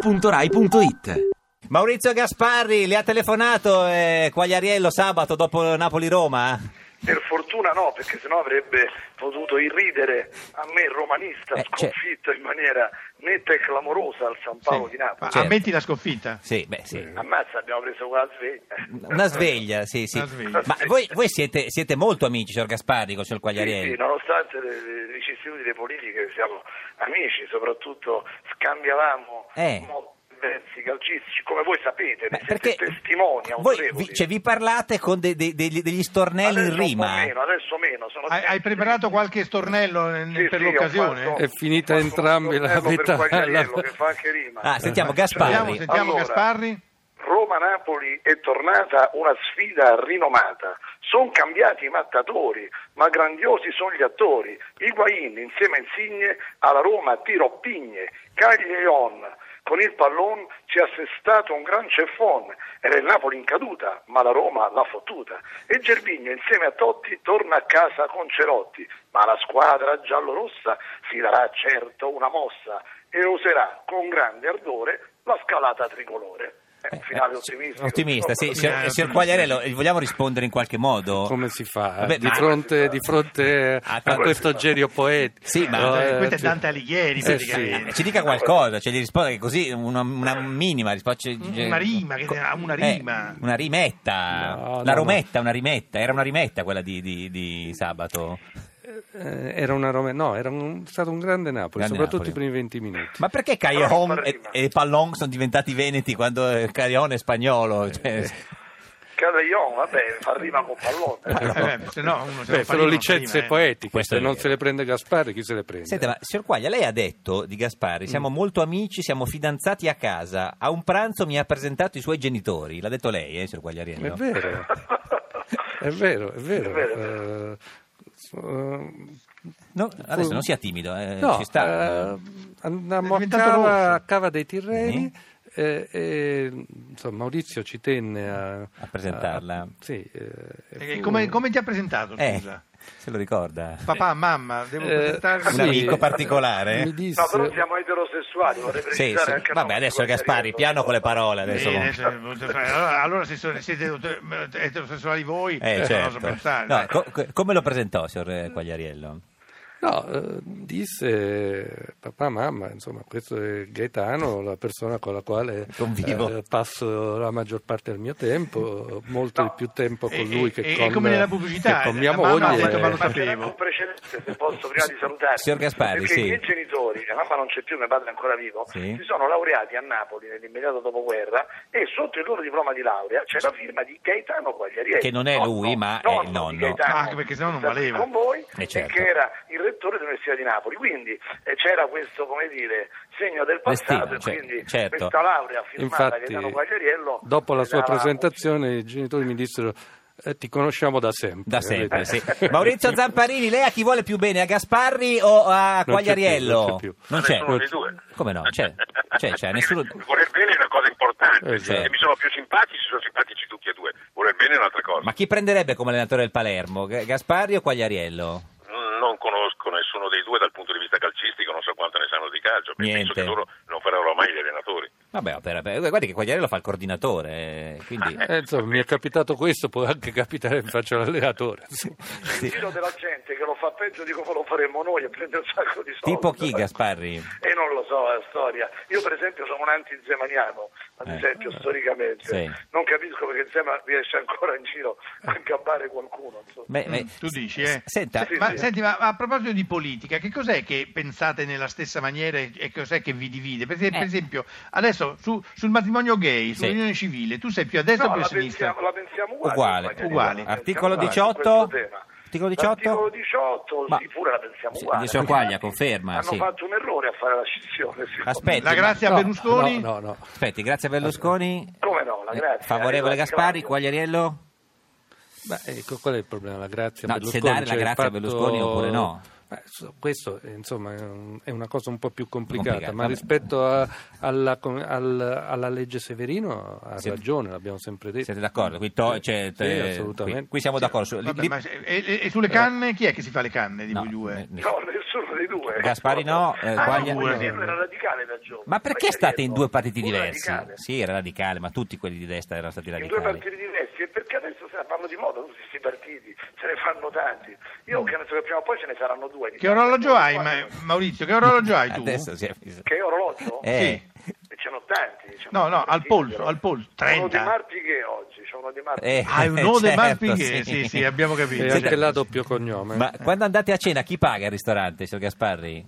radio2pod.rai.it Maurizio Gasparri, le ha telefonato eh, Quagliariello sabato dopo Napoli-Roma? Per fortuna no, perché sennò avrebbe potuto irridere a me romanista, Eh, cioè- sconfitto in maniera netta e clamorosa al San Paolo Sì. di Napoli. Certo. Ammetti la sconfitta. Sì, beh sì. Ammazza, abbiamo preso qua la sveglia. Una sveglia, sì, sì. Una sveglia. Ma voi, voi siete, siete molto amici, signor Gasparri, con il signor Quagliariello? Sì, sì, nonostante le, le vicissitudini delle politiche siamo amici, soprattutto scambiavamo Eh. molti versi calcistici, come voi sapete, ne Beh, siete testimoni voi autorevoli. vi, cioè, vi parlate con de- de- degli, degli stornelli adesso in rima. eh. un po' meno, adesso meno. Sono Hai, hai preparato qualche stornello eh, Sì, per sì, ho l'occasione? fatto- È finita ho fatto entrambi un la tornello per metà- Quagliariello, la- che fa anche rima. Ah, sentiamo, Sentiamo, Gasparri. sentiamo Allora. Gasparri. Roma-Napoli è tornata una sfida rinomata. Sono cambiati i mattatori, ma grandiosi sono gli attori. Higuain insieme a Insigne alla Roma tiro pigne. Caglion con il pallon ci ha assestato un gran ceffone. Era il Napoli in caduta, ma la Roma l'ha fottuta. E Gervigno insieme a Totti torna a casa con Cerotti, ma la squadra giallorossa si darà certo una mossa e oserà con grande ardore la scalata tricolore. È un finale ottimistico. Eh, Ottimista, sì. insomma. Signor, signor Quagliariello, eh, vogliamo rispondere in qualche modo? Come si fa? eh? Vabbè, di, ma- fronte, di fronte Ah, a come questo si fa? genio poeta. Sì, ma- No, Eh, questo è sì. Dante Alighieri, Eh, praticamente. Eh, Ci dica qualcosa, cioè gli risponde che così una, una Eh. minima risposta. cioè- Una rima, che ne ha una Eh, rima. una rimetta, No, la no, rometta, una rimetta, era una rimetta quella di, di- di sabato. Eh, Era una Roma, no, era un- stato un grande Napoli, Grande soprattutto Napoli. i primi 20 minuti. Ma perché Però Callejon non fa e, rima. e Pallon sono diventati veneti quando eh, Callejon è Eh, spagnolo? Cioè, Cavaillon, vabbè, fa rima con pallone. Eh, beh, se no, uno se Beh, lo fa sono rima, licenze non fa rima, eh. poetiche, Questo se è non vero. se le prende Gasparri, chi se le prende? Senta, ma signor Quaglia, lei ha detto di Gasparri: Mm. siamo molto amici, siamo fidanzati a casa. A un pranzo mi ha presentato i suoi genitori. L'ha detto lei, eh, signor Quagliariello? È vero, è vero, è vero. È vero. Eh, so- No, adesso non sia timido, eh, no, ci sta. eh, andammo È a diventato rosso. cava, a Cava dei Tirreni eh, e insomma, Maurizio ci tenne a, A presentarla. a- sì, eh, Eh, fu- come, come ti ha presentato, Eh, scusa? se lo ricorda. Papà, mamma, devo eh, presentarvi. Un amico particolare? Mi disse, No, però siamo eterosessuali, vorrei Sì, precisare sì. anche a Vabbè, noi, adesso Guagliariello. Gasparri, piano con le parole. Adesso. Bene, se- allora, eh, allora se sono- siete eh, eterosessuali voi, Eh, non certo. lo so pensare. No, co- co- come lo presentò, signor eh, Quagliariello? No, eh, disse papà, mamma, insomma, questo è Gaetano, la persona con la quale Convivo. eh, passo la maggior parte del mio tempo, molto di più tempo con E- lui che e- con, e come nella pubblicità, che con la mia mamma moglie. Eh, ha detto, "Ma lo Ma sapevo". però con precedente, se posso, prima di salutare. Signor Gasparri, perché sì. i miei genitori, la mamma non c'è più, mio padre è ancora vivo, Sì. si sono laureati a Napoli nell'immediato dopoguerra e sotto il loro diploma di laurea c'è la firma di Gaetano Quagliariello. Che non è lui, ma è il di nonno. Gaetano, Ah, anche perché sennò non che sta qui valeva. Con voi, Eh, e certo. che era il rettore dell'Università di Napoli. Quindi eh, c'era questo, come dire, segno del Destino, passato e cioè, quindi certo. questa laurea firmata da Infatti, Gaetano Quagliariello dopo la sua dava- presentazione, i genitori mi dissero, "Eh, ti conosciamo da sempre. Da sempre, Eh, sì. Maurizio Zamparini, lei a chi vuole più bene, a Gasparri o a Non c'è Quagliariello? più, Non non c'è. c'è Nessuno più. dei due. Come no? C'è, c'è, c'è, nessuno. Voler bene è una cosa importante. Eh, certo. Se mi sono più simpatici, sono simpatici tutti e due. Voler bene è un'altra cosa. Ma chi prenderebbe come allenatore del Palermo? G- Gasparri o Quagliariello? N- Non conosco nessuno dei due dal punto di vista calcistico, non so quanto ne sanno di calcio. perché Penso Niente. che loro non faranno mai gli allenatori. Vabbè, vabbè, vabbè, guardi che Quagliariello fa il coordinatore, eh, quindi... Ah, ecco. Eh, insomma, mi è capitato questo, può anche capitare che faccio l'allenatore. insomma. il giro della gente che lo fa peggio di come lo faremmo noi e prende un sacco di soldi. Tipo chi, Gasparri? E non lo so, è la storia. Io per esempio sono un antizemaniano, ad Eh. esempio storicamente. Sì. Non capisco perché Zema riesce ancora in giro a gabbare qualcuno. insomma. Beh, beh, Tu dici, s- eh? Senta, Se- ma, senti, ma a proposito di politica, che cos'è che pensate nella stessa maniera e- e cos'è che vi divide? Per esempio, per esempio, adesso su- sul matrimonio gay, Sì. sull'unione civile, tu sei più a destra o No, più a la sinistra? pensiamo, la pensiamo uguale. Uguale, Magari, uguale. la pensiamo Articolo uguale su 18? questo tema. Articolo 18? L'articolo 18, Ma- sì, pure la pensiamo Sì, uguale. signor Quaglia, conferma, Hanno sì. fatto un errore a fare la scissione. sì. Aspetti, La grazia a No, Berlusconi? No, no, no. aspetti, grazie a Berlusconi. Come no, la Eh, grazia. Favorevole Gasparri, Quagliariello? Ma ecco, qual è il problema? La grazia a No, se Berlusconi? dare la Cioè, il grazia a fatto- Berlusconi oppure no. Ma so- questo eh, insomma, è un- è una cosa un po' più complicata, Complicata, ma vabbè. rispetto a- alla, com- al- alla legge Severino ha Siete- ragione, l'abbiamo sempre detto. Siete d'accordo? Qui, to- Sì, cioè, sì, eh, assolutamente. qui- qui siamo d'accordo. su- li- Vabbè, li- ma se- e, e- e sulle canne chi è che si fa le canne di no, voi due? eh, ne- No, nessuno dei due. Gaspari no, eh, ah, Guaglia- no, Guglielmo era radicale da giovane. Ma perché state in due partiti Uno diversi? radicale. Sì, era radicale, ma tutti quelli di destra erano stati In due radicali. partiti diversi, e perché adesso se ne fanno di moda tutti questi partiti, se ne fanno tanti. Mm. Io penso che prima o poi ce ne saranno due. Che orologio hai, Ma- eh, Maurizio? Che orologio hai tu? Adesso si è fisso. Che orologio? Eh, E ce n'ho tanti. ce n'ho No, no, al tantissimi, polso, però. al polso, Uno di 30. Marpighe oggi, c'è uno di Marpighe. eh, Ah, è un ode certo, Marpighe? Sì, sì, abbiamo capito. E Sì, anche certo, là sì. doppio cognome. Ma quando andate a cena chi paga il ristorante, signor Gasparri?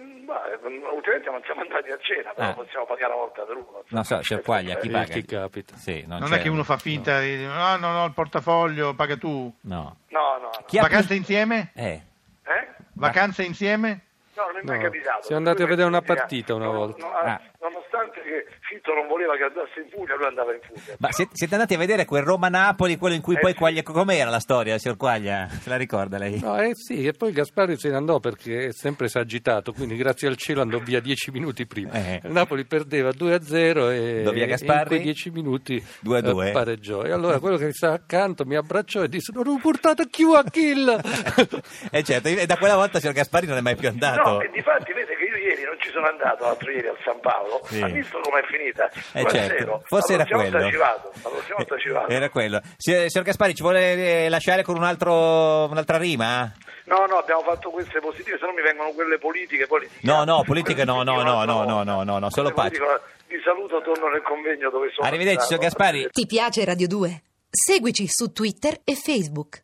Mm, Ma eh, ultimamente non siamo andati a cena, però Ah. possiamo pagare una volta per uno. Non so, signor Quaglia, chi Eh, paga? chi capita. Sì, non, Non c'è- è che uno fa finta di dire, no, no, no, il portafoglio, paga tu. No. No, no, no. Chi ha Vacanze più- insieme? Eh, Eh? Vacanze insieme? No, non è mai No, capitato. siamo andati a vedere una partita una No, no, volta. no, Ah. Nonostante che Fitto non voleva che andasse in Puglia, lui andava in Puglia. ma siete, siete andati a vedere quel Roma-Napoli, quello in cui Eh, poi sì. Quaglia... Com'era la storia, signor Quaglia? Se la ricorda lei? No, eh sì, e poi Gasparri se ne andò perché è sempre esagitato, quindi grazie al cielo andò via dieci minuti prima. Eh. Il Napoli perdeva 2-0 e Andò via in Gasparri? quei dieci minuti 2-2. eh, pareggiò. E allora quello che mi stava accanto mi abbracciò e disse non ho portato più a kill! Eh certo, e da quella volta signor Gasparri non è mai più andato. No, e difatti vede che io ieri non ci sono andato, l'altro ieri al San Paolo, Sì. ha visto com'è finita. Eh, Due a certo. zero. Forse La era prossima volta quello. ci vado, la prossima volta ci vado. Era quello. Signor, signor Gasparri, ci vuole eh, lasciare con un altro, un'altra rima? No, no, abbiamo fatto queste positive, se no mi vengono quelle politiche. Poi No, no, politiche no, no, no, no, no, no, no, no, solo pace. Vi saluto, torno nel convegno dove sono. Arrivederci, signor stato. Gasparri. Ti piace Radio 2? Seguici su Twitter e Facebook.